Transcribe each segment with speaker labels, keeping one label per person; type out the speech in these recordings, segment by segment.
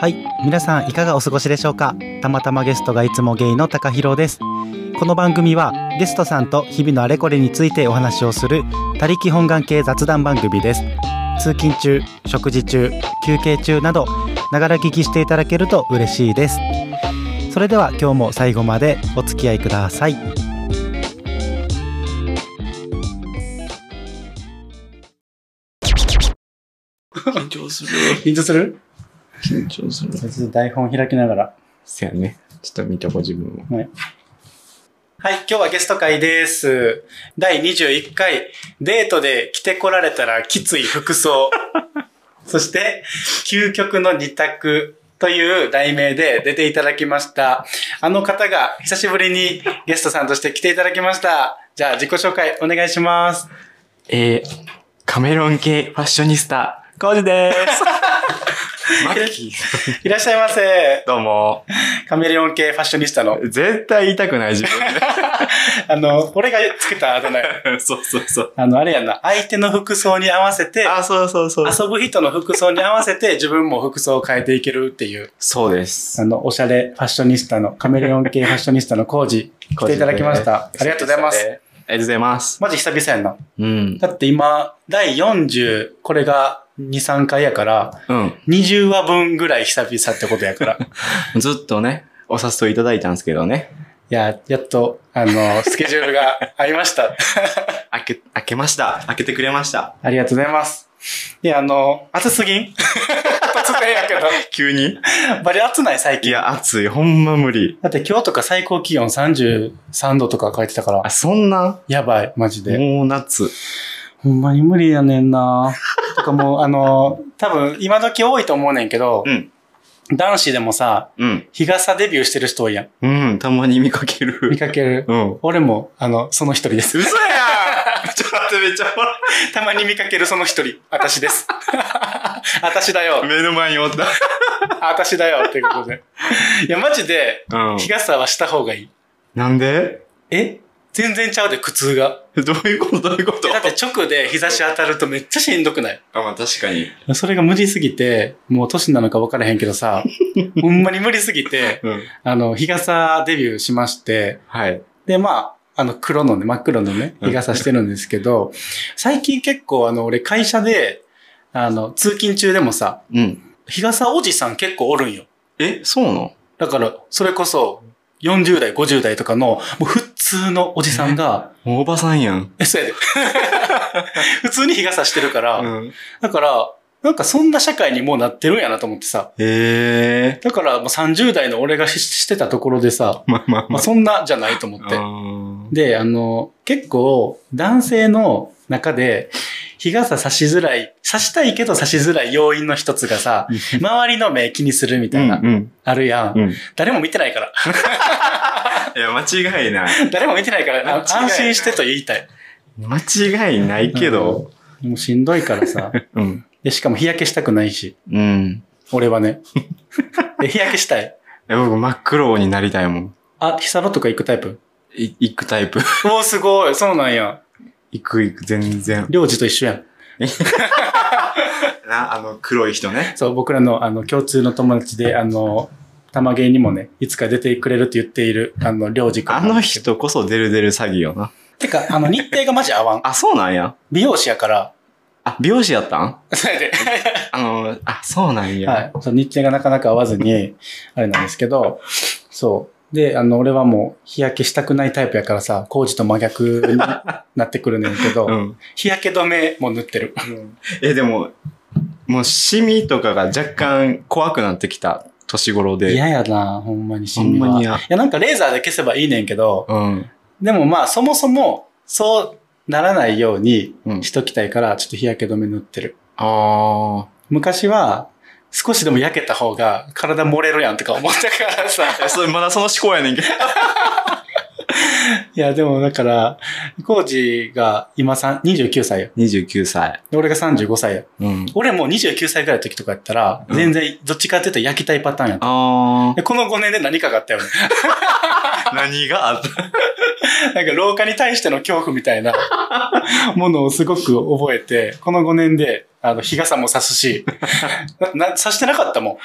Speaker 1: はい皆さんいかがお過ごしでしょうかたまたまゲストがいつもゲイの高博ですこの番組はゲストさんと日々のあれこれについてお話をする他力本願系雑談番組です通勤中食事中休憩中などながら聞きしていただけると嬉しいですそれでは今日も最後までお付き合いください
Speaker 2: 緊張する。
Speaker 1: 緊張する
Speaker 2: 緊張する。
Speaker 1: 台本開きながら
Speaker 2: せやね。ちょっと見とこう自分を。
Speaker 1: はい、今日はゲスト会です。第21回、デートで着てこられたらきつい服 装。そして、究極の二択という題名で出ていただきました。あの方が久しぶりにゲストさんとして来ていただきました。じゃあ自己紹介お願いします。
Speaker 2: えー、カメロン系ファッショニスタ、コージです。 マッキー。
Speaker 1: いらっしゃいませ。
Speaker 2: どうも。
Speaker 1: カメレオン系ファッショニスタの。
Speaker 2: 絶対言いたくない自
Speaker 1: あの、俺がつけたあだ名や。
Speaker 2: 分で。 そうそうそう。
Speaker 1: あの、あれやな。相手の服装に合わせて、
Speaker 2: あ、そうそうそう。
Speaker 1: 遊ぶ人の服装に合わせて自分も服装を変えていけるっていう。
Speaker 2: そうです。
Speaker 1: あの、おしゃれファッショニスタの、カメレオン系ファッショニスタのコージ、来ていただきました。ありがとうございます。
Speaker 2: ありがとうございます。
Speaker 1: マジ久々やんな。
Speaker 2: うん。
Speaker 1: だって今、第40、これが2、3回やから、
Speaker 2: うん。
Speaker 1: 20話分ぐらい久々ってことや から。い
Speaker 2: ずっとね、お誘いいただいたんですけどね。
Speaker 1: や、やっと、あの、スケジュールが合いま した。
Speaker 2: 開け、開けました。開けてくれました。
Speaker 1: ありがとうございます。いや、あの、暑すぎん 突然やけど。
Speaker 2: 急に
Speaker 1: バリ暑ない最
Speaker 2: い
Speaker 1: 近。
Speaker 2: や、暑い。ほんま無理。
Speaker 1: だって今日とか最高気温33度とか書いてたから
Speaker 2: あ、、そんな
Speaker 1: やばい、マジで。
Speaker 2: もう夏。
Speaker 1: ほんまに無理やねんな。とかもう、あの、多分今時多いと思うねんけど、
Speaker 2: うん。
Speaker 1: 男子でもさ、
Speaker 2: うん。
Speaker 1: 日傘デビューしてる人多いやん。
Speaker 2: うん、たまに見かけ
Speaker 1: 見
Speaker 2: る。
Speaker 1: かける。
Speaker 2: うん。
Speaker 1: 俺も、あの、その一人です。
Speaker 2: 嘘やん ちょっと待って、めっちゃ笑
Speaker 1: たまに見かけるその一人。私です。 私だよ。
Speaker 2: 目の前におっ
Speaker 1: 私だよ。っていうことで。いや、マジで、
Speaker 2: た。うん
Speaker 1: 日傘はした方がいい。
Speaker 2: なんで
Speaker 1: え全然ちゃうで、苦痛が。
Speaker 2: どういうことどういうこと
Speaker 1: えだって直で日差し当たるとめっちゃしんどくない
Speaker 2: あ、まあ確かに。
Speaker 1: それが無理すぎて、もう年なのか分からへんけど さ、ほんまに無理すぎて、
Speaker 2: うん。
Speaker 1: あの、日傘デビューしまして、
Speaker 2: はい。
Speaker 1: で、まあ、あの、黒のね、真っ黒のね、
Speaker 2: うん
Speaker 1: 日傘してるんですけど、最近結構、あの、俺会社で、あの、通勤中でもさ、
Speaker 2: うん。
Speaker 1: 日傘おじさん結構おるんよ。
Speaker 2: え、そうなの
Speaker 1: だから、それこそ、40代、50代とかの、もう普通のおじさんが、
Speaker 2: おばさんやん。
Speaker 1: え、そうやで。 普通に日傘してるから、
Speaker 2: うん。
Speaker 1: だから、なんかそんな社会にもうなってるんやなと思ってさ、
Speaker 2: へえ。
Speaker 1: だからもう30代の俺がししてたところでさ、
Speaker 2: まあまあ
Speaker 1: まあ、
Speaker 2: ま
Speaker 1: そんなじゃないと思って。
Speaker 2: あ。
Speaker 1: で、あの、結構、男性の中で、日傘差しづらい、差したいけど差しづらい要因の一つがさ、周りの目気にするみ
Speaker 2: う
Speaker 1: たい
Speaker 2: ん、
Speaker 1: な、
Speaker 2: うん、
Speaker 1: あるやん。
Speaker 2: うん。い
Speaker 1: 誰も見てないから。
Speaker 2: や、間違いない。
Speaker 1: 誰も見てないから、あ
Speaker 2: 間違いない
Speaker 1: 安心してと言いたい。
Speaker 2: 間違いないけど。
Speaker 1: もうしんどいから さ。
Speaker 2: うん。
Speaker 1: で、しかも日焼けしたくないし、
Speaker 2: うん。
Speaker 1: 俺は ね。で日焼けしたい。
Speaker 2: え僕、真っ黒になりたいもん。
Speaker 1: あ、日サロとか行くタイプ
Speaker 2: い行くタイプ。
Speaker 1: おー、すごい。そうなんや。
Speaker 2: 行く行く、全然。
Speaker 1: 領事と一緒やん。
Speaker 2: な、あの、黒い人ね。
Speaker 1: そう、僕らの、あの、共通の友達で、あの、玉芸にもね、いつか出てくれるって言っている、あの、りょうじくん。
Speaker 2: あの。人こそデルデル詐欺よな。
Speaker 1: てか、あの、日程がマジ合わん。
Speaker 2: あ、そうなんや。
Speaker 1: 美容師やから。
Speaker 2: あ、美容師やったん
Speaker 1: それで。
Speaker 2: あの、あ、そうなんや。
Speaker 1: はい。そう、日程がなかなか合わずに、あれなんですけど、そう。で、あの、俺はもう、日焼けしたくないタイプやからさ、工事と真逆になってくるねんけど、
Speaker 2: うん。
Speaker 1: 日焼け止めも塗ってる。
Speaker 2: え、でも、もう、シミとかが若干怖くなってきた年頃で。
Speaker 1: 嫌やな、ほんまにシ
Speaker 2: ほ
Speaker 1: ミ
Speaker 2: んま
Speaker 1: は。
Speaker 2: に
Speaker 1: い
Speaker 2: や。
Speaker 1: や、なんかレーザーで消せばいいねんけど、
Speaker 2: うん。
Speaker 1: でもまあ、そもそも、そうならないように
Speaker 2: うん
Speaker 1: しときたいから、ちょっと日焼け止め塗ってる。
Speaker 2: あ
Speaker 1: 昔は、少しでも焼けた方が体漏れるやんとか思ったからさ。
Speaker 2: あ。それまだその思考やねんけど。
Speaker 1: いや、でもだから、コージが今さん29歳よ。
Speaker 2: 29歳。
Speaker 1: で俺が35歳よ。
Speaker 2: うん。
Speaker 1: 俺もう29歳ぐらいの時とかやったら、
Speaker 2: うん
Speaker 1: 全然どっちかっていうと焼きたいパターンやった。
Speaker 2: あ
Speaker 1: でこの5年で何かがあったよね。
Speaker 2: あ。何があった
Speaker 1: なんか老化に対しての恐怖みたい なものをすごく覚えて、この5年で、あの、日傘も差すし、な、な差してなかったもん。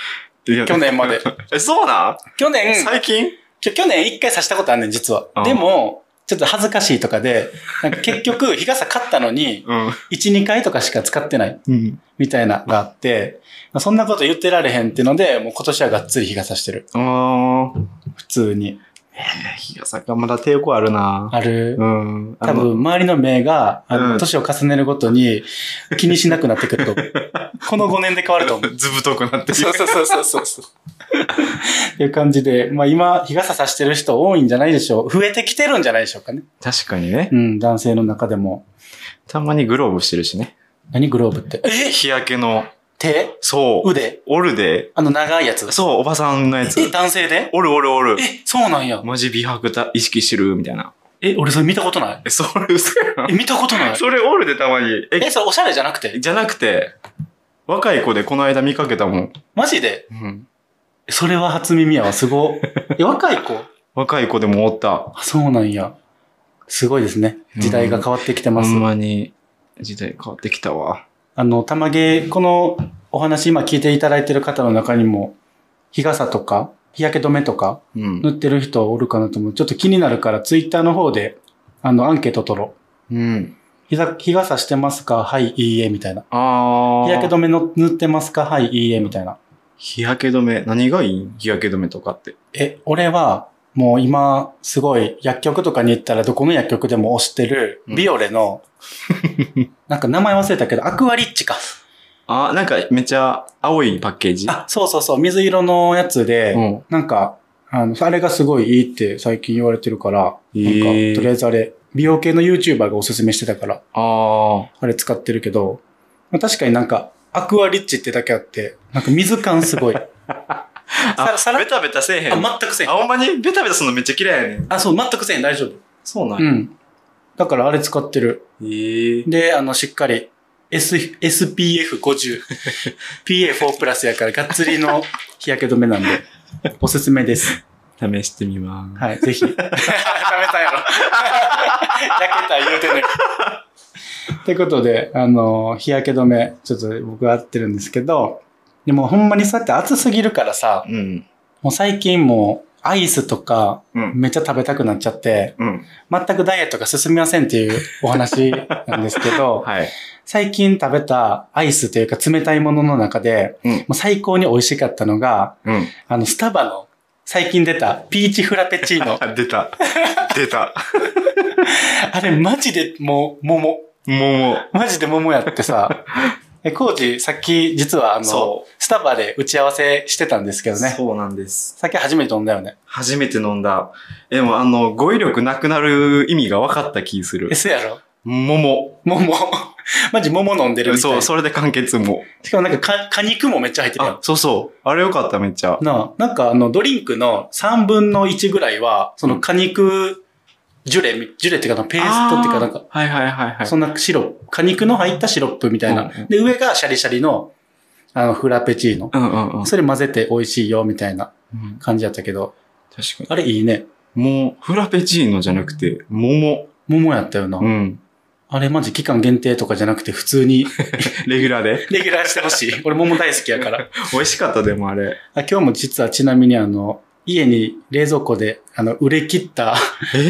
Speaker 2: 去
Speaker 1: 去年 まで。
Speaker 2: え、そうなん、
Speaker 1: 去年、
Speaker 2: 最近
Speaker 1: きょ去年一回刺したことあんねん、実は
Speaker 2: ああ。
Speaker 1: でも、ちょっと恥ずかしいとかで、なんか結局、 日傘買ったのに、
Speaker 2: うん。
Speaker 1: 1、2回とかしか使ってない、
Speaker 2: うん。
Speaker 1: みたいなのがあって、そんなこと言ってられへんっていうので、もう今年はがっつり日傘してる。
Speaker 2: あー。
Speaker 1: 普通に。
Speaker 2: 日傘がまだ抵抗あるな。
Speaker 1: ある
Speaker 2: うん。あ
Speaker 1: 多
Speaker 2: の
Speaker 1: 分、周りの目が、あ
Speaker 2: うん
Speaker 1: の、年を重ねるごとに気にしなくなってくると 思う。この5年で変わると思う。
Speaker 2: ずぶとくなってる
Speaker 1: そうそうそうそうそうそう。っていう感じで、まあ今、日傘さしてる人多いんじゃないでしょう。増えてきてるんじゃないでしょうかね。
Speaker 2: 確かにね。
Speaker 1: うん、男性の中でも。
Speaker 2: たまにグローブしてるしね。
Speaker 1: 何グローブって。え
Speaker 2: 日焼けの、
Speaker 1: 手
Speaker 2: そう。
Speaker 1: 腕
Speaker 2: おるで。
Speaker 1: あの長いやつ。
Speaker 2: そう、おばさんのや
Speaker 1: え、
Speaker 2: つ。
Speaker 1: 男性で
Speaker 2: おるおるおる。
Speaker 1: え、そうなんや。
Speaker 2: マジ美白だ意識してるみたいな。
Speaker 1: え、俺それ見たことない。
Speaker 2: え、それ嘘や
Speaker 1: え、見たことな
Speaker 2: ん。
Speaker 1: い。
Speaker 2: それおるでたまに。
Speaker 1: え、それおしゃれじゃなく
Speaker 2: え、
Speaker 1: て
Speaker 2: じゃなくて、若い子でこの間見かけたもん。
Speaker 1: マジで
Speaker 2: うん。
Speaker 1: それは初耳やわ。すご。 え、若い子
Speaker 2: 若い子でもおった。
Speaker 1: あそうなんや。すごいですね。時代が変わってきて
Speaker 2: ほ
Speaker 1: ます。
Speaker 2: んまに、時代変わってきたわ。
Speaker 1: あの、たまげ、このお話今聞いていただいてる方の中にも、日傘とか、日焼け止めとか、
Speaker 2: うん。
Speaker 1: 塗ってる人おるかなと思う。ちょっと気になるから、ツイッターの方で、あの、アンケート取ろう。
Speaker 2: うん。
Speaker 1: 日ざ日傘してますかはい、いいえ、みたいな。
Speaker 2: あー。
Speaker 1: 日焼け止めの塗ってますかはい、いいえ、みたいな。
Speaker 2: 日焼け止め、何がいい日焼け止めとかって。
Speaker 1: え、俺は、もう今、すごい、薬局とかに行ったら、どこの薬局でも推してる、
Speaker 2: うん
Speaker 1: ビオレ の、なんか名前忘れたけど、アクアリッチか。
Speaker 2: あ、なんかめっちゃ青いパッケージ。
Speaker 1: あ、そうそうそう、水色のやつで、
Speaker 2: うん。
Speaker 1: なんか、あの、あれがすごいいいって最近言われてるから、
Speaker 2: へー
Speaker 1: なんか、とりあえずあれ、美容系の YouTuber がおすすめしてたから、
Speaker 2: あ
Speaker 1: あれ使ってるけど、まあ、確かになんか、アクアリッチってだけあって、なんか水感すごい。
Speaker 2: ー。
Speaker 1: さらさら
Speaker 2: ベタベタせえへん。
Speaker 1: あ、全くせん
Speaker 2: あ、。ほんまにベタベタするのめっちゃ嫌いやねん。
Speaker 1: あ、そう、全くせん、大丈夫。
Speaker 2: そうな
Speaker 1: うんん。だからあれ使ってる。
Speaker 2: えー。
Speaker 1: で、あの、しっかり、S、SPF50。PA4 プラスやから、がっつりの日焼け止めなんで、おすすめです。
Speaker 2: 試してみます。
Speaker 1: はい、ぜひ。 食べたやろ。 焼けた言うてね。ってことで、あの、日焼け止め、ちょっと僕は合ってるんですけど、でもほんまにそうやって暑すぎるからさ、
Speaker 2: うん。
Speaker 1: もう最近もうアイスとか
Speaker 2: うん。
Speaker 1: めっちゃ食べたくなっちゃって、
Speaker 2: うん。
Speaker 1: 全くダイエットが進みませんっていうお話なんですけど、
Speaker 2: はい。
Speaker 1: 最近食べたアイスというか冷たいものの中で、
Speaker 2: うん
Speaker 1: もう最高に美味しかったのが、
Speaker 2: うん。
Speaker 1: あの、スタバの最近出たピーチフラペチー ノ。
Speaker 2: あ、出 た。出た。
Speaker 1: あれマジでもう、桃。
Speaker 2: もう、
Speaker 1: マジで桃やって さ。え、コージ、さっき実はあの、
Speaker 2: そ
Speaker 1: スタバで打ち合わせしてたんですけ
Speaker 2: う。
Speaker 1: どね。
Speaker 2: そうなんです。
Speaker 1: 酒初めて飲んだよね。
Speaker 2: 初めて飲んだ。でも、あの、語彙力なくなる意味が分かった気する
Speaker 1: え、。そうやろ
Speaker 2: 桃。
Speaker 1: 桃。 マジ桃飲んでるみたい
Speaker 2: そ
Speaker 1: な。
Speaker 2: う、それで完結も。
Speaker 1: しかもなんかか果肉もめっちゃ入ってるや
Speaker 2: あ
Speaker 1: ん、。
Speaker 2: そうそう。あれよかった、めっちゃ。
Speaker 1: なあ、なんかあの、ドリンクの3分の1ぐらいは、その果肉ジュレ、ジュレっていうかな、ペーストっていうかなんか、
Speaker 2: あー。はいはいはいはい。
Speaker 1: そんなシロップ、果肉の入ったシロップみたいな
Speaker 2: うんうん。
Speaker 1: で、上がシャリシャリの、あの、フラペチーノ。
Speaker 2: うんうんうん。
Speaker 1: それ混ぜて美味しいよ、みたいな
Speaker 2: うん
Speaker 1: 感じやったけど。
Speaker 2: 確か
Speaker 1: あれいいね。
Speaker 2: に。もう、フラペチーノじゃなくて、桃。
Speaker 1: 桃やったよな。
Speaker 2: うん。
Speaker 1: あれマジ期間限定とかじゃなくて普通に
Speaker 2: レギュラーで。
Speaker 1: レギュラーしてほしい。 俺桃大好きやから。
Speaker 2: 美味しかった、でもあれ。
Speaker 1: あ今日も実はちなみにあの、家に冷蔵庫で、あの、売れ切った、
Speaker 2: え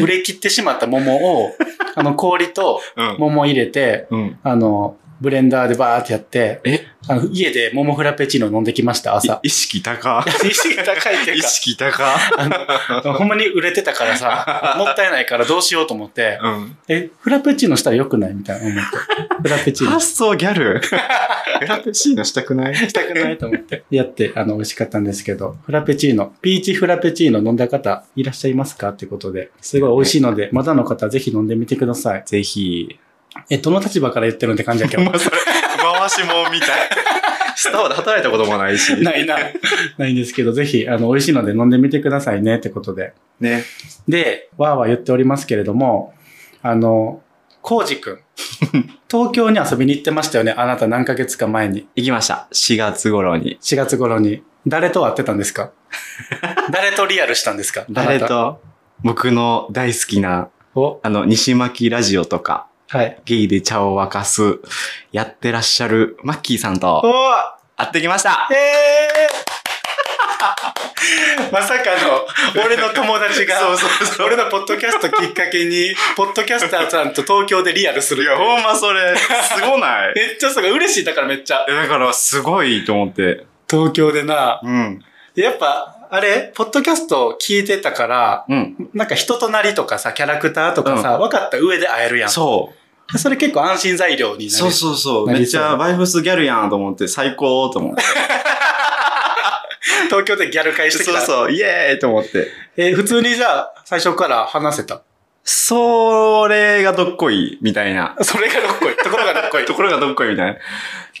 Speaker 1: 売れ切ってしまった 桃を、あの、氷と
Speaker 2: うん。
Speaker 1: 桃入れて、
Speaker 2: うん。
Speaker 1: あの、ブレンダーでバーってやって、
Speaker 2: え
Speaker 1: あの家で桃フラペチーノ飲んできました、
Speaker 2: い。
Speaker 1: 朝
Speaker 2: 意識高
Speaker 1: い。や意識が高いってい
Speaker 2: 意
Speaker 1: うか
Speaker 2: 識高。
Speaker 1: あの、ほんまに売れてたから さ、もったいないからどうしようと思って、
Speaker 2: うん。
Speaker 1: え、フラペチーノしたらよくないみたいな思って。フラペチーノ
Speaker 2: 発想ギャル。フラペチーノしたくない
Speaker 1: したくないと思って。やって、あの、美味しかったんですけど、フラペチーノ、ピーチフラペチーノ飲んだ方いらっしゃいますかってことで、すごい美味しいので、まだの方はぜひ飲んでみてください。
Speaker 2: ぜひ。
Speaker 1: え、どの立場から言ってるんって感じやけど。
Speaker 2: まあそれ、回しもんみたい。スタバで働いたこともないし。
Speaker 1: ないな。ないんですけど、ぜひ、あの、美味しいので飲んでみてくださいねってことで。
Speaker 2: ね。
Speaker 1: で、わーわー言っておりますけれども、あの、コウジ くん。東京に遊びに行ってましたよね。あなた何ヶ月か前に。
Speaker 2: 行きました。4月頃に。
Speaker 1: 4月頃に。誰と会ってたんです か誰とリアルしたんですか
Speaker 2: 誰
Speaker 1: あなた
Speaker 2: と僕の大好きな、
Speaker 1: お、
Speaker 2: あの、西巻ラジオとか、
Speaker 1: はい。
Speaker 2: ゲイで茶を沸かす、やってらっしゃるマッキーさん
Speaker 1: お
Speaker 2: と
Speaker 1: ー
Speaker 2: 会ってきました
Speaker 1: え まさかの、俺の友達が、
Speaker 2: そうそうそう。
Speaker 1: 俺のポッドキャストきっかけに、ポッドキャスターさんと東京でリアルする
Speaker 2: い。や、ほんまそれ、すごない
Speaker 1: めっちゃすごい、嬉しい。だからめっちゃ
Speaker 2: え。だから、すごいと思って。
Speaker 1: 東京でな、
Speaker 2: うん。
Speaker 1: やっぱ、あれ、ポッドキャストを聞いてたから、
Speaker 2: うん。
Speaker 1: なんか人となりとかさ、キャラクターとかさ、分かった上で会えるやん。
Speaker 2: そ
Speaker 1: それ結構安心材料に
Speaker 2: う。
Speaker 1: な
Speaker 2: そう
Speaker 1: る。
Speaker 2: そうそう。
Speaker 1: な
Speaker 2: めっ
Speaker 1: りそ
Speaker 2: ち
Speaker 1: う
Speaker 2: ゃ、バイブスギャルやんと思って、最高と思って。
Speaker 1: 東京でギャル会 してき
Speaker 2: そう
Speaker 1: た。
Speaker 2: そう、イエーイと思って。
Speaker 1: えー普通にじゃあ、最初から話せた。
Speaker 2: それがどっこい、みたいな。
Speaker 1: それがどっこい。ところがどっこい。
Speaker 2: ところがどっこい、みたいな。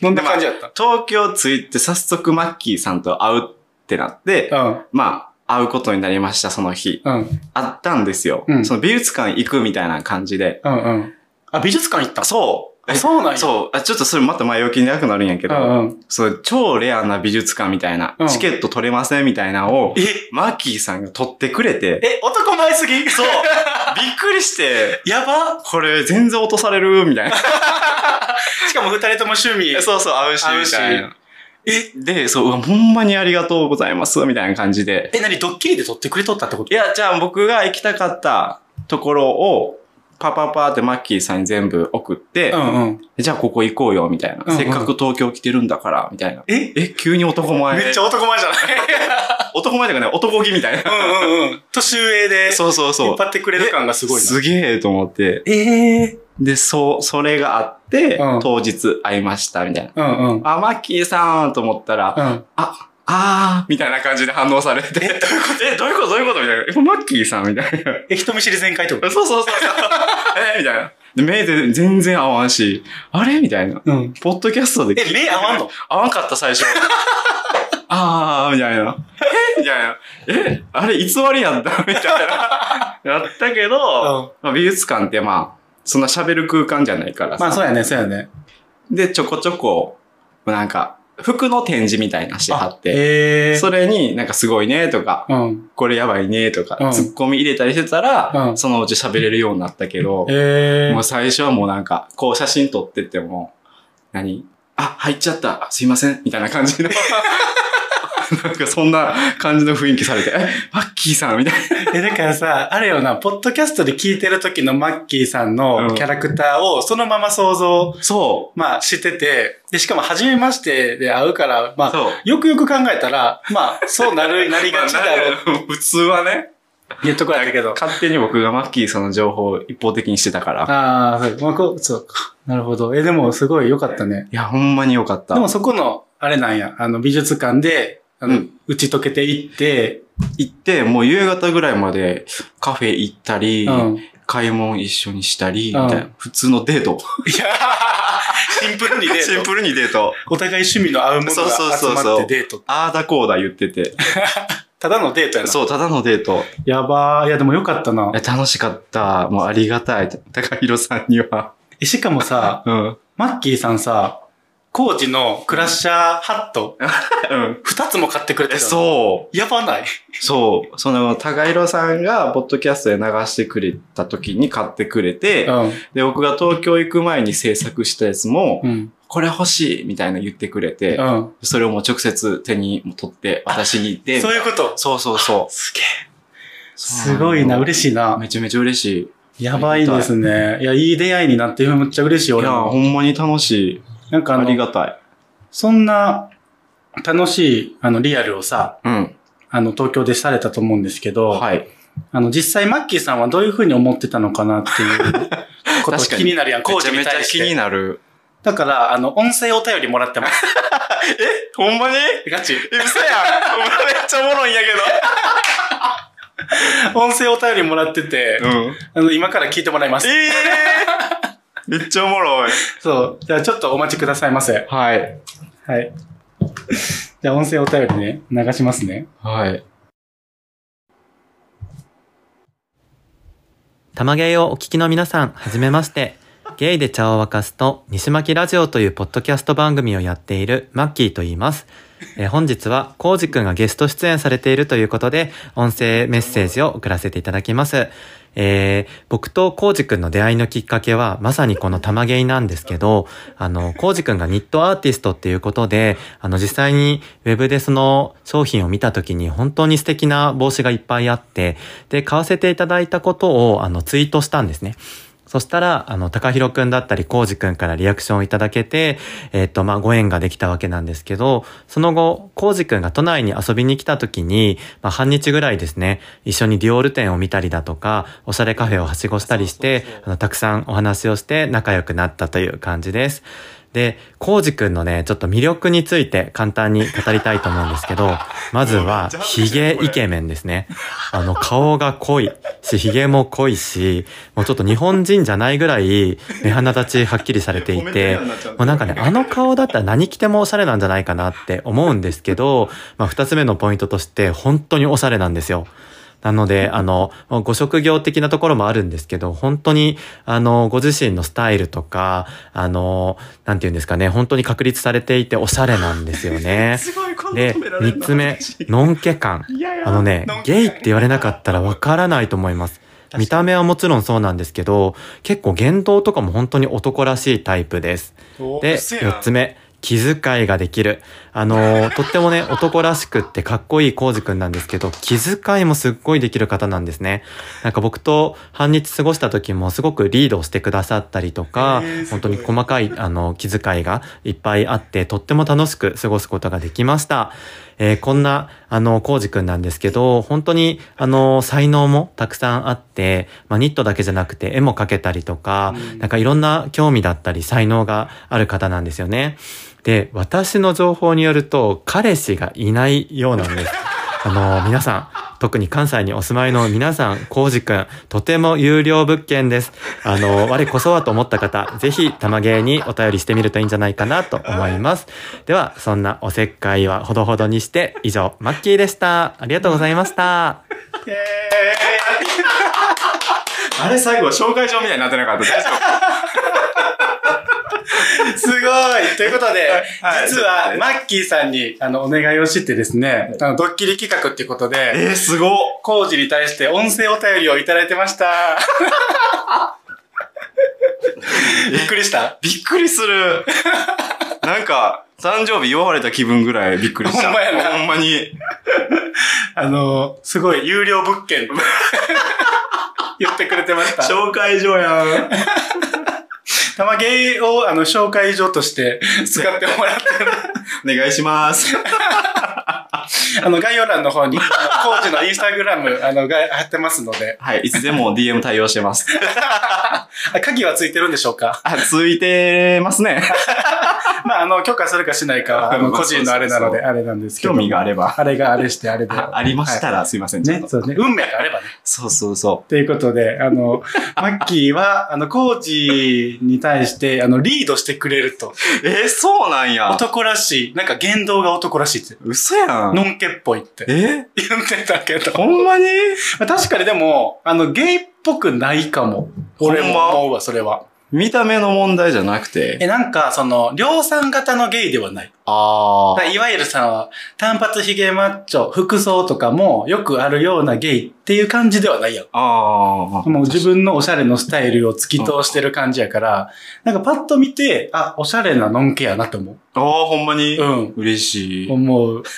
Speaker 1: どんな感じやった
Speaker 2: 東京着いて、早速マッキーさんと会うってなって、まあ、会うことになりました、その日。
Speaker 1: うん。うん。
Speaker 2: あったんですよ。
Speaker 1: うん
Speaker 2: その美術館行くみたいな感じで。
Speaker 1: うんうん。あ、美術館行った
Speaker 2: あそう。
Speaker 1: あ
Speaker 2: え
Speaker 1: そうなんや
Speaker 2: そう。あ、ちょっとそれまた前置き長くなるんやけど、
Speaker 1: うんうん
Speaker 2: その超レアな美術館みたいな、
Speaker 1: うん
Speaker 2: チケット取れませんみたいなのを、
Speaker 1: え、
Speaker 2: マッキーさんが取ってくれて、
Speaker 1: え、男前すぎそう。
Speaker 2: びっくりして、
Speaker 1: やば
Speaker 2: これ全然落とされるみたいな。
Speaker 1: しかも二人とも趣味。
Speaker 2: そうそう、合うし、
Speaker 1: 合う
Speaker 2: み
Speaker 1: した
Speaker 2: いな。で、そう、うわほんまにありがとうございます、みたいな感じで。
Speaker 1: え、何ドッキリで撮ってくれとったってこと
Speaker 2: いや、じゃあ僕が行きたかったところを、パパパってマッキーさんに全部送って、
Speaker 1: うんうん。
Speaker 2: じゃあここ行こうよ、みたいな。
Speaker 1: うんうん
Speaker 2: せっかく東京来てるんだから、みたいな。
Speaker 1: え
Speaker 2: え、急に男前。
Speaker 1: めっちゃ男前じゃ
Speaker 2: 男前とかね、男気みたいな。
Speaker 1: ないうんうんうん。年上で、
Speaker 2: そうそうそう。
Speaker 1: 引っ張ってくれる感がすごいな。
Speaker 2: すげえと思って。
Speaker 1: ええ
Speaker 2: で、そう、それがあって、
Speaker 1: うん
Speaker 2: 当日会いました、みたいな。
Speaker 1: うんうん。
Speaker 2: あ、マッキーさんと思ったら、
Speaker 1: うん。
Speaker 2: あ、あー、みたいな感じで反応されて。 え、どういうことどういうことみたいな。え、マッキーさんみたいな。
Speaker 1: え、人見知り全開ってこと
Speaker 2: そうそうそう。えーみたいな。で、目で全然合わんし、あれみたいな。
Speaker 1: うん。
Speaker 2: ポッドキャストで聞い
Speaker 1: え、目合わんの
Speaker 2: 合わんかった 最初。あー、みたいな。えみたいな。えあれ、偽りやった みたいな。やったけど、まあ、美術館ってまあ、そんな喋る空間じゃないからさ。
Speaker 1: まあそうやね、そうやね。
Speaker 2: で、ちょこちょこ、なんか、服の展示みたいなしてはって、
Speaker 1: ええ
Speaker 2: それになんかすごいねとか、
Speaker 1: うん。
Speaker 2: これやばいねとか、
Speaker 1: うん
Speaker 2: ツッコミ入れたりしてたら、
Speaker 1: うん
Speaker 2: そのうち喋れるようになったけど、
Speaker 1: ええ
Speaker 2: もう最初はもうなんか、こう写真撮ってっても、何あ、入っちゃった。すいません。みたいな感じの。 なんかそんな感じの雰囲気されて、え、マッキーさんみたい
Speaker 1: え、だからさ、あれよな、ポッドキャストで聞いてる時のマッキーさん
Speaker 2: う
Speaker 1: の
Speaker 2: ん
Speaker 1: キャラクターをそのまま想像、
Speaker 2: な。そ
Speaker 1: まあしてて、で、しかも初めましてで会うから、
Speaker 2: う。
Speaker 1: まあ、
Speaker 2: そう。
Speaker 1: よくよく考えたら、まあ、そうなる、なりがち だ ろう。
Speaker 2: 普通はね、
Speaker 1: 言っとこやったけど。
Speaker 2: 勝手に僕がマッキーさんの情報を一方的にしてたから。
Speaker 1: ああ、そう、まあ、こう、そうか。なるほど。え、でも、すごい良かったね。
Speaker 2: いや、ほんまによかった。
Speaker 1: でも、そこの、あれなんや、あの、美術館で、あ
Speaker 2: う
Speaker 1: の
Speaker 2: ん、
Speaker 1: 打ち解けていって、
Speaker 2: 行って、もう夕方ぐらいまでカフェ行ったり、
Speaker 1: うん。い
Speaker 2: 買い物一緒にしたり、み
Speaker 1: うん
Speaker 2: たいな。普通のデート。
Speaker 1: やシンプルにデ
Speaker 2: シン
Speaker 1: ート。
Speaker 2: プルにデート。
Speaker 1: お互い趣味の合うもの
Speaker 2: そうそう
Speaker 1: が集
Speaker 2: そうそう
Speaker 1: まってデート。
Speaker 2: あーだこうだ言ってて。
Speaker 1: ただのデートやな。
Speaker 2: そう、ただのデート。
Speaker 1: やばー。いや、でも良かったな
Speaker 2: え。楽しかった。もうありがたい。高弘さんには。
Speaker 1: えしかもさ、
Speaker 2: うん。
Speaker 1: マッキーさんさ、コーチのクラッシャーハット、
Speaker 2: うん。
Speaker 1: 二つも買ってくれて
Speaker 2: え、
Speaker 1: た。う。
Speaker 2: そ
Speaker 1: やばない。
Speaker 2: う。そう。その、高弘さんが、ポッドキャストで流してくれた時に買ってくれて、
Speaker 1: ん。
Speaker 2: で、僕が東京行く前に制作したやつも、
Speaker 1: うん。
Speaker 2: これ欲しいみたいな言ってくれて、
Speaker 1: うん。
Speaker 2: それをもう直接手に取って、私に行って、
Speaker 1: そういうこと。
Speaker 2: そうそうそう。
Speaker 1: すげえ。すごいな、
Speaker 2: し
Speaker 1: 嬉しいな。
Speaker 2: めちゃめちゃ嬉しい。
Speaker 1: やばいですね。いや、いい出会いになって、めっちゃ嬉しい、
Speaker 2: い
Speaker 1: 俺
Speaker 2: や、ほ
Speaker 1: も。
Speaker 2: んまに楽しい。
Speaker 1: なんかあ
Speaker 2: あり
Speaker 1: の、
Speaker 2: がたい。
Speaker 1: そんな楽しい、あの、リアルをさ、
Speaker 2: うん。
Speaker 1: あの、東京でされたと思うんですけど、
Speaker 2: はい。
Speaker 1: あの、実際、マッキーさんはどういうふうに思ってたのかなっていうこと
Speaker 2: 確かに
Speaker 1: 気になるやん、コーチに
Speaker 2: めちゃ
Speaker 1: 対
Speaker 2: めち
Speaker 1: し
Speaker 2: ゃ気に
Speaker 1: て。
Speaker 2: なる。
Speaker 1: だから、あの、音声お便りもらってます。
Speaker 2: ほんまに
Speaker 1: ガチ。
Speaker 2: え、嘘やん。お前めっちゃおもろいんやけ
Speaker 1: 音声お便りもらってて、
Speaker 2: ど。うん。
Speaker 1: あの、今から聞いてもらいます。
Speaker 2: ええー、めっちゃおもろい。
Speaker 1: そう。じゃあ、ちょっとお待ちくださいませ。
Speaker 2: はい。
Speaker 1: はい。じゃあ、音声お便りね、流しますね。
Speaker 2: はい。
Speaker 3: 玉芸をお聞きの皆さん、はじめまして。ゲイで茶を沸かすと、西巻ラジオというポッドキャスト番組をやっているマッキーと言います。えー本日は、コウジくんがゲスト出演されているということで、音声メッセージを送らせていただきます。えー僕とコウジくんの出会いのきっかけは、まさにこの玉芸なんですけど、あの、コウジくんがニットアーティストっていうことで、あの、実際にウェブでその商品を見た時に本当に素敵な帽子がいっぱいあって、で、買わせていただいたことを、あの、ツイートしたんですね。そしたら、あの、高弘くんだったり、コウジくんからリアクションをいただけて、えっ、と、まあ、ご縁ができたわけなんですけど、その後、コウジくんが都内に遊びに来た時に、まあ、半日ぐらいですね、一緒にディオール店を見たりだとか、おしゃれカフェをはしごしたりして、あの、たくさんお話をして仲良くなったという感じです。で、コウジくんのね、ちょっと魅力について簡単に語りたいと思うんですけど、まずは、ヒゲイケメンですね。あの、顔が濃いし、ヒゲも濃いし、もうちょっと日本人じゃないぐらい、目鼻立ちはっきりされていて、もうなんかね、あの顔だったら何着てもおしゃれなんじゃないかなって思うんですけど、まあ二つ目のポイントとして、本当におしゃれなんですよ。なので、あの、ご職業的なところもあるんですけど、本当に、あの、ご自身のスタイルとか、あの、なんていうんですかね、本当に確立されていておしゃれなんです よね。
Speaker 2: すごい、こんな
Speaker 3: で、
Speaker 2: 止められる
Speaker 3: 三
Speaker 2: の
Speaker 3: つ目、のんけ感。
Speaker 2: いやいや
Speaker 3: あのね
Speaker 2: のん、け
Speaker 3: ゲイって言われなかったらわからないと思います。見た目はもちろんそうなんですけど、結構言動とかも本当に男らしいタイプです。で、
Speaker 2: 嘘やん
Speaker 3: 4つ目。気遣いができる。あの ーとってもね、男らしくってかっこいいコウジくんなんですけど、気遣いもすっごいできる方なんですね。なんか僕と半日過ごした時もすごくリードをしてくださったりとか
Speaker 2: へー、すごい
Speaker 3: 本当に細かい、あの、気遣いがいっぱいあって、とっても楽しく過ごすことができました。えーこんな、あの、コウジくんなんですけど、本当に、あの、才能もたくさんあって、まあ、ニットだけじゃなくて絵も描けたりとか、なんかいろんな興味だったり才能がある方なんですよね。で、私の情報によると、彼氏がいないようなんです。あの、皆さん、特に関西にお住まいの皆さん、コウジくん、とても有料物件です。あの、我こそはと思った方、ぜひ、玉芸にお便りしてみるといいんじゃないかなと思います。では、そんなおせっかいはほどほどにして、以上、マッキーでした。ありがとうございました。
Speaker 2: あれ最後、紹介状みたいになってなかった。大丈夫
Speaker 1: すごいということで、
Speaker 2: はい
Speaker 1: 実は、マッキーさんに、あの、お願いをしてですね、あの、ドッキリ企画っていうことで、
Speaker 2: えー、すごっ
Speaker 1: コウジに対して音声お便りをいただいてました。 びっくりした
Speaker 2: びっくりする。なんか、誕生日祝われた気分ぐらいびっくりし た。
Speaker 1: ほんまやな
Speaker 2: ほんまに。
Speaker 1: あの、すごい有料物件って 言ってくれてました。
Speaker 2: 紹介状やん。
Speaker 1: 玉芸を、あの、紹介所として使ってもらってる
Speaker 2: お願いします。
Speaker 1: あの、概要欄の方に、あのコーチのインスタグラム、 あの、が貼ってますので、
Speaker 2: はい、いつでも DM 対応してます。
Speaker 1: あ鍵はついてるんでしょう か
Speaker 2: あ、ついてますね。
Speaker 1: まあ、あの、許可するかしないかは、あの、
Speaker 2: まあ
Speaker 1: 個人のあれなの
Speaker 2: そうそう
Speaker 1: で、
Speaker 2: そ
Speaker 1: あれなんですけど。
Speaker 2: 興味があれば。
Speaker 1: あれがあれして、あれで。
Speaker 2: あありましたらすいません。
Speaker 1: ね、そうね。運命があればね。
Speaker 2: そうそうそ
Speaker 1: ということで、あの、マッキーは、あの、コーチに対して、あの、リードしてくれると。
Speaker 2: う。えー、そうなんや。
Speaker 1: 男らしい。なんか言動が男らしいって。
Speaker 2: 嘘やん。
Speaker 1: のんけっぽいって
Speaker 2: え
Speaker 1: 言ってたけど。
Speaker 2: ほんまに
Speaker 1: まあ確かにでも、あの、ゲイっぽくないかも。俺
Speaker 2: ほんま
Speaker 1: も思うわ、それは。
Speaker 2: 見た目の問題じゃなくて。
Speaker 1: え、なんか、その、量産型のゲイではない。
Speaker 2: あ
Speaker 1: だからいわゆるさ、単発ヒゲマッチョ、服装とかもよくあるようなゲイっていう感じではないやん。
Speaker 2: あ。ああ。
Speaker 1: もう自分のおしゃれのスタイルを突き通してる感じやから、なんかパッと見て、あ、おしゃれなのんけやなと思う。
Speaker 2: ああ、ほんまに。
Speaker 1: うん。
Speaker 2: 嬉しい。
Speaker 1: 思う。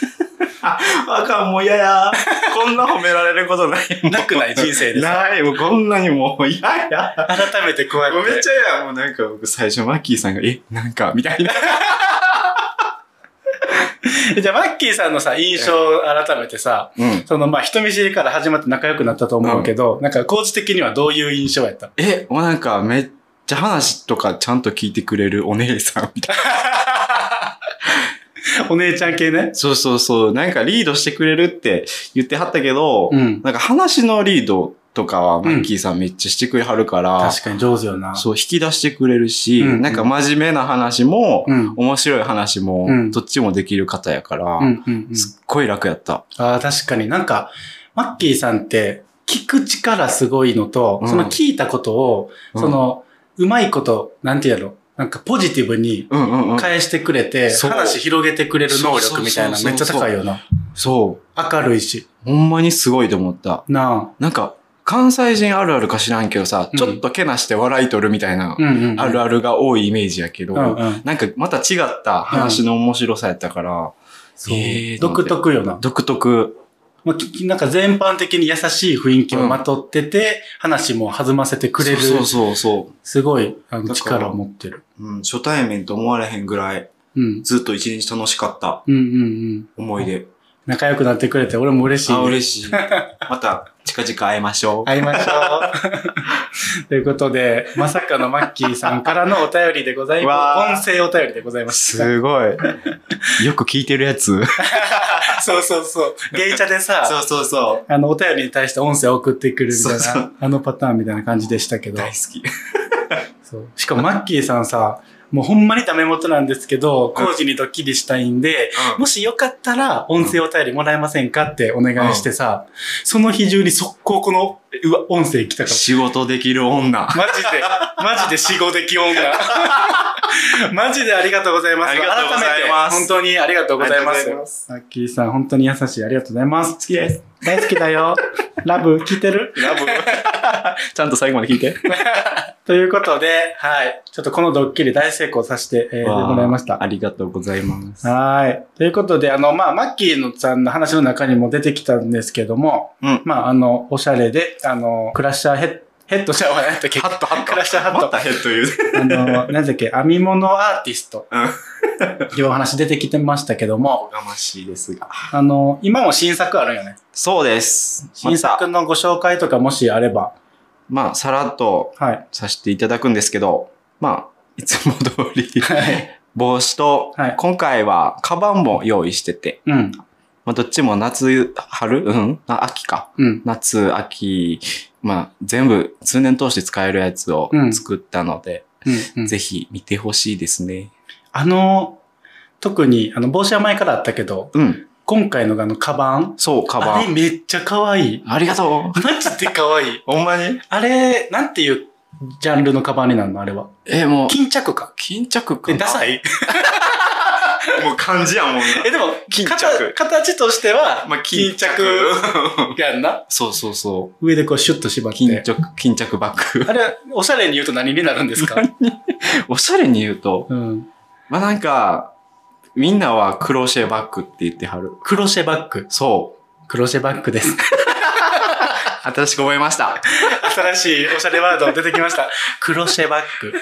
Speaker 2: あかん、もう嫌や。こんな褒められることないもん。
Speaker 1: なくない人生でさ
Speaker 2: ない、もうこんなにもう嫌や。
Speaker 1: 改めてこうやって。
Speaker 2: もうめっちゃ嫌や。もうなんか僕最初マッキーさんが、え、なんか、みたいな。
Speaker 1: じゃあ、マッキーさんのさ、印象を改めてさ、
Speaker 2: うん。
Speaker 1: その、まあ、人見知りから始まって仲良くなったと思うけど、なんか、コーチ的にはどういう印象やった
Speaker 2: え、もうなんかめっちゃ話とかちゃんと聞いてくれるお姉さんみたいな。
Speaker 1: お姉ちゃん系ね。
Speaker 2: そうそうそう。なんかリードしてくれるって言ってはったけど、
Speaker 1: うん。
Speaker 2: なんか話のリードとかはマッキーさんめっちゃしてくれはるから、
Speaker 1: 確かに上手よな。
Speaker 2: そう、引き出してくれるし、
Speaker 1: うんうん
Speaker 2: なんか真面目な話も、
Speaker 1: うん。
Speaker 2: 面白い話も、
Speaker 1: うん
Speaker 2: どっちもできる方やから、
Speaker 1: うんうんうん。
Speaker 2: すっごい楽やった。
Speaker 1: ああ、確かになんか、マッキーさんって、聞く力すごいのと、
Speaker 2: うん
Speaker 1: その聞いたことを、
Speaker 2: うん
Speaker 1: その、うまいこと、なんて言うやろ、なんかポジティブに
Speaker 2: うんうんうん。
Speaker 1: 返してくれて、
Speaker 2: そう
Speaker 1: 話広げてくれる能力みたいな、
Speaker 2: そうそうそうそう
Speaker 1: めっちゃ高いよな。
Speaker 2: そう。
Speaker 1: 明るいし。
Speaker 2: ほんまにすごいと思った。
Speaker 1: な
Speaker 2: なんか、関西人あるあるか知らんけどさ、
Speaker 1: うん
Speaker 2: ちょっとけなして笑いとるみたいな、
Speaker 1: うんうん。
Speaker 2: あるあるが多いイメージやけど、
Speaker 1: うんうん。
Speaker 2: なんかまた違った話の面白さやったから、
Speaker 1: そう
Speaker 2: えー
Speaker 1: 独特よな。
Speaker 2: 独特。
Speaker 1: まあ、ききなんか全般的に優しい雰囲気をまとってて、話も弾ませてくれる。
Speaker 2: そうそうそ
Speaker 1: すごい、あの、
Speaker 2: だから
Speaker 1: 力を持ってる。
Speaker 2: うそう、うん。初対面と思われへんぐらい、
Speaker 1: うん。
Speaker 2: ずっと一日楽しかった
Speaker 1: うんうんうん。
Speaker 2: 思い出。
Speaker 1: 仲良くなってくれて、俺も嬉しい。
Speaker 2: あ、嬉しい。また近々会えましょう。
Speaker 1: 会いましょう。 ということで、まさかのマッキーさんからのお便りでござい
Speaker 2: わ
Speaker 1: ま
Speaker 2: ー
Speaker 1: す。音声お便りでございました。
Speaker 2: すごい。よく聞いてるやつ。
Speaker 1: そうそうそう。ゲイチャでさ、
Speaker 2: そうそうそう。
Speaker 1: あの、お便りに対して音声を送ってくるみたいな、
Speaker 2: そうそ
Speaker 1: あのパターンみたいな感じでしたけど。
Speaker 2: 大好き。
Speaker 1: そうしかもマッキーさんさ、もうほんまにダメ元なんですけど、工事にドッキリしたいんで、もしよかったら音声お便りもらえませんかってお願いしてさ、その日中に速攻この、うわ、音声来たから。
Speaker 2: 仕事できる女。
Speaker 1: マ ジで、マジで死後的女。 マジでありがとうございます。
Speaker 2: ありがとうございます
Speaker 1: 改めて、本当にありがとうございま
Speaker 2: ありがと
Speaker 1: す
Speaker 2: うございま。
Speaker 1: マッキーさん、本当に優しい。ありがとうございます。
Speaker 2: きです。
Speaker 1: 大好きだよ。ラブ、聞いてる
Speaker 2: ラブ。 ちゃんと最後まで聞いて。
Speaker 1: ということで、はい。ちょっとこのドッキリ大成功させて、えー、もらいました
Speaker 2: あ。りがとうございます。
Speaker 1: はい。ということで、あの、まあ、マッキーのさんの話の中にも出てきたんですけども、
Speaker 2: うん
Speaker 1: まあ、あの、おしゃれで、あの、クラッシャーヘッヘッドシャワーやったっけ
Speaker 2: ハットハット。
Speaker 1: クラッシャーハット
Speaker 2: またヘッド言う。
Speaker 1: あ の、なんだっけ、編み物アーティスト。いうお話出てきてましたけども、
Speaker 2: おがましいですが。
Speaker 1: あの、今も新作あるよね。
Speaker 2: そうです。
Speaker 1: 新作
Speaker 2: また
Speaker 1: のご紹介とかもしあれば。
Speaker 2: まあ、さらっと
Speaker 1: はい。
Speaker 2: させていただくんですけど、まあ、いつも通り、
Speaker 1: はい。
Speaker 2: 帽子と、
Speaker 1: はい
Speaker 2: 今回は、カバンも用意してて、
Speaker 1: うん。
Speaker 2: まあ、どっちも夏、春うんあ秋か。
Speaker 1: うん。
Speaker 2: 夏、秋、まあ、全部、通年通して使えるやつを
Speaker 1: うん
Speaker 2: 作ったので、
Speaker 1: うん。うん
Speaker 2: ぜひ見てほしいですね。
Speaker 1: あの、特に、あの、帽子は前からあったけど、
Speaker 2: うん。
Speaker 1: 今回のあの、カバン。
Speaker 2: そう、カ
Speaker 1: あ
Speaker 2: バ
Speaker 1: れ
Speaker 2: ン。
Speaker 1: めっちゃ可愛い。
Speaker 2: ありがとう。
Speaker 1: マジで可愛い。
Speaker 2: ほんまに
Speaker 1: あれ、なんていうジャンルのカバンになるのあれは。
Speaker 2: え、もう、
Speaker 1: 巾着か。
Speaker 2: 巾着か。
Speaker 1: え、ダサい
Speaker 2: もう漢字やもんな。
Speaker 1: え、でも、
Speaker 2: 巾着
Speaker 1: 形形としては、
Speaker 2: まあ、
Speaker 1: 巾着やんな。
Speaker 2: そうそうそ
Speaker 1: 上でこうシュッと縛っ
Speaker 2: う。巾
Speaker 1: て。
Speaker 2: 着、巾着バッグ。
Speaker 1: あれ、おしゃれに言うと何になるんですか
Speaker 2: おしゃれに言うと、
Speaker 1: うん。
Speaker 2: まあ、なんか、みんなはクロシェバッグって言ってはる。
Speaker 1: クロシェバッグ。
Speaker 2: そう。
Speaker 1: クロシェバッグです。
Speaker 2: 新しく覚えました。
Speaker 1: 新しいおしゃれワード出てきました。クロシェバッグ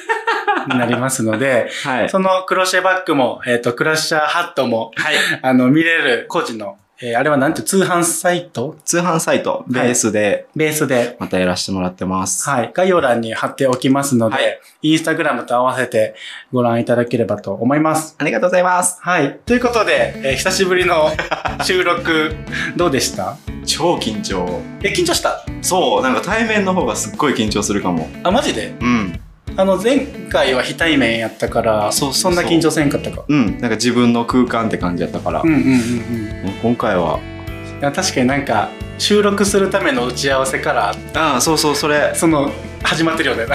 Speaker 1: になりますので、
Speaker 2: はい。
Speaker 1: そのクロシェバッグも、えっ、と、クラッシャーハットも、
Speaker 2: はい。
Speaker 1: あの、見れる、個人の、えーあれはなんて通販サイト
Speaker 2: 通販サイト、ベースで、
Speaker 1: ベースで、
Speaker 2: またやらせてもらってます。
Speaker 1: はい、概要欄に貼っておきますので、
Speaker 2: はい
Speaker 1: インスタグラムと合わせてご覧いただければと思います。
Speaker 2: ありがとうございます。
Speaker 1: はい。ということで、えー久しぶりの収録、どうでした
Speaker 2: 超緊張。
Speaker 1: え、緊張した
Speaker 2: そう、なんか対面の方がすっごい緊張するかも。
Speaker 1: あ、マジで
Speaker 2: うん。
Speaker 1: あの、前回は非対面やったから、
Speaker 2: そうそうそうん
Speaker 1: な緊張せんかったか。
Speaker 2: うん。なんか自分の空間って感じやったから。
Speaker 1: うんうんうんうん。い
Speaker 2: 今回は。
Speaker 1: や確かになんか、収録するための打ち合わせから、
Speaker 2: ああ、そうそう、それ。
Speaker 1: その、始まってるよね。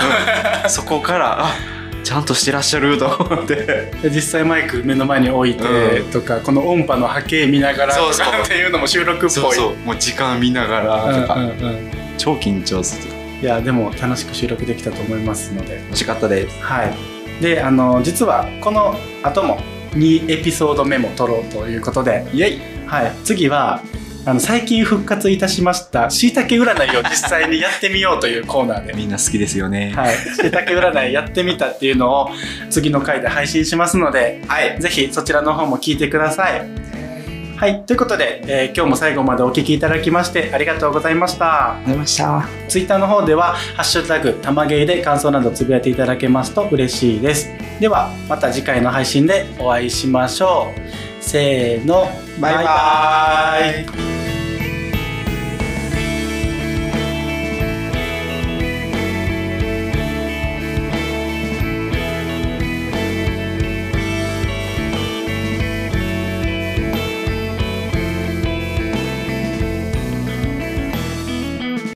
Speaker 2: そこから、あ、ちゃんとしてらっしゃると 思って。
Speaker 1: で実際マイク目の前に置いて
Speaker 2: う
Speaker 1: とか、この音波の波形見ながら
Speaker 2: そう
Speaker 1: と
Speaker 2: そう
Speaker 1: かっていうのも収録っぽい。
Speaker 2: そうそう。もう時間見なが
Speaker 1: うん
Speaker 2: らとか。
Speaker 1: うんうん。
Speaker 2: 超緊張する。
Speaker 1: いや、でも楽しく収録できたと思いますので。
Speaker 2: 楽しかったです。
Speaker 1: はい、であの実はこの後も2エピソード目も撮ろうということで、
Speaker 2: イェイ
Speaker 1: はい、次はあの最近復活いたしましたしいたけ占いを実際にやってみようというコーナーで。
Speaker 2: みんな好きですよね。
Speaker 1: はい、しいたけ占いやってみたっていうのを次の回で配信しますので、はい、ぜひそちらの方も聞いてください。はい、ということで、えー今日も最後までお聞きいただきましてありがとうございました。
Speaker 2: ありがとうございました。
Speaker 1: ツイッターの方では「ハッシュタグたまげい」で感想などつぶやいていただけますと嬉しいですではまた次回の配信でお会いしましょうせーの
Speaker 2: バイバ
Speaker 1: バイバイ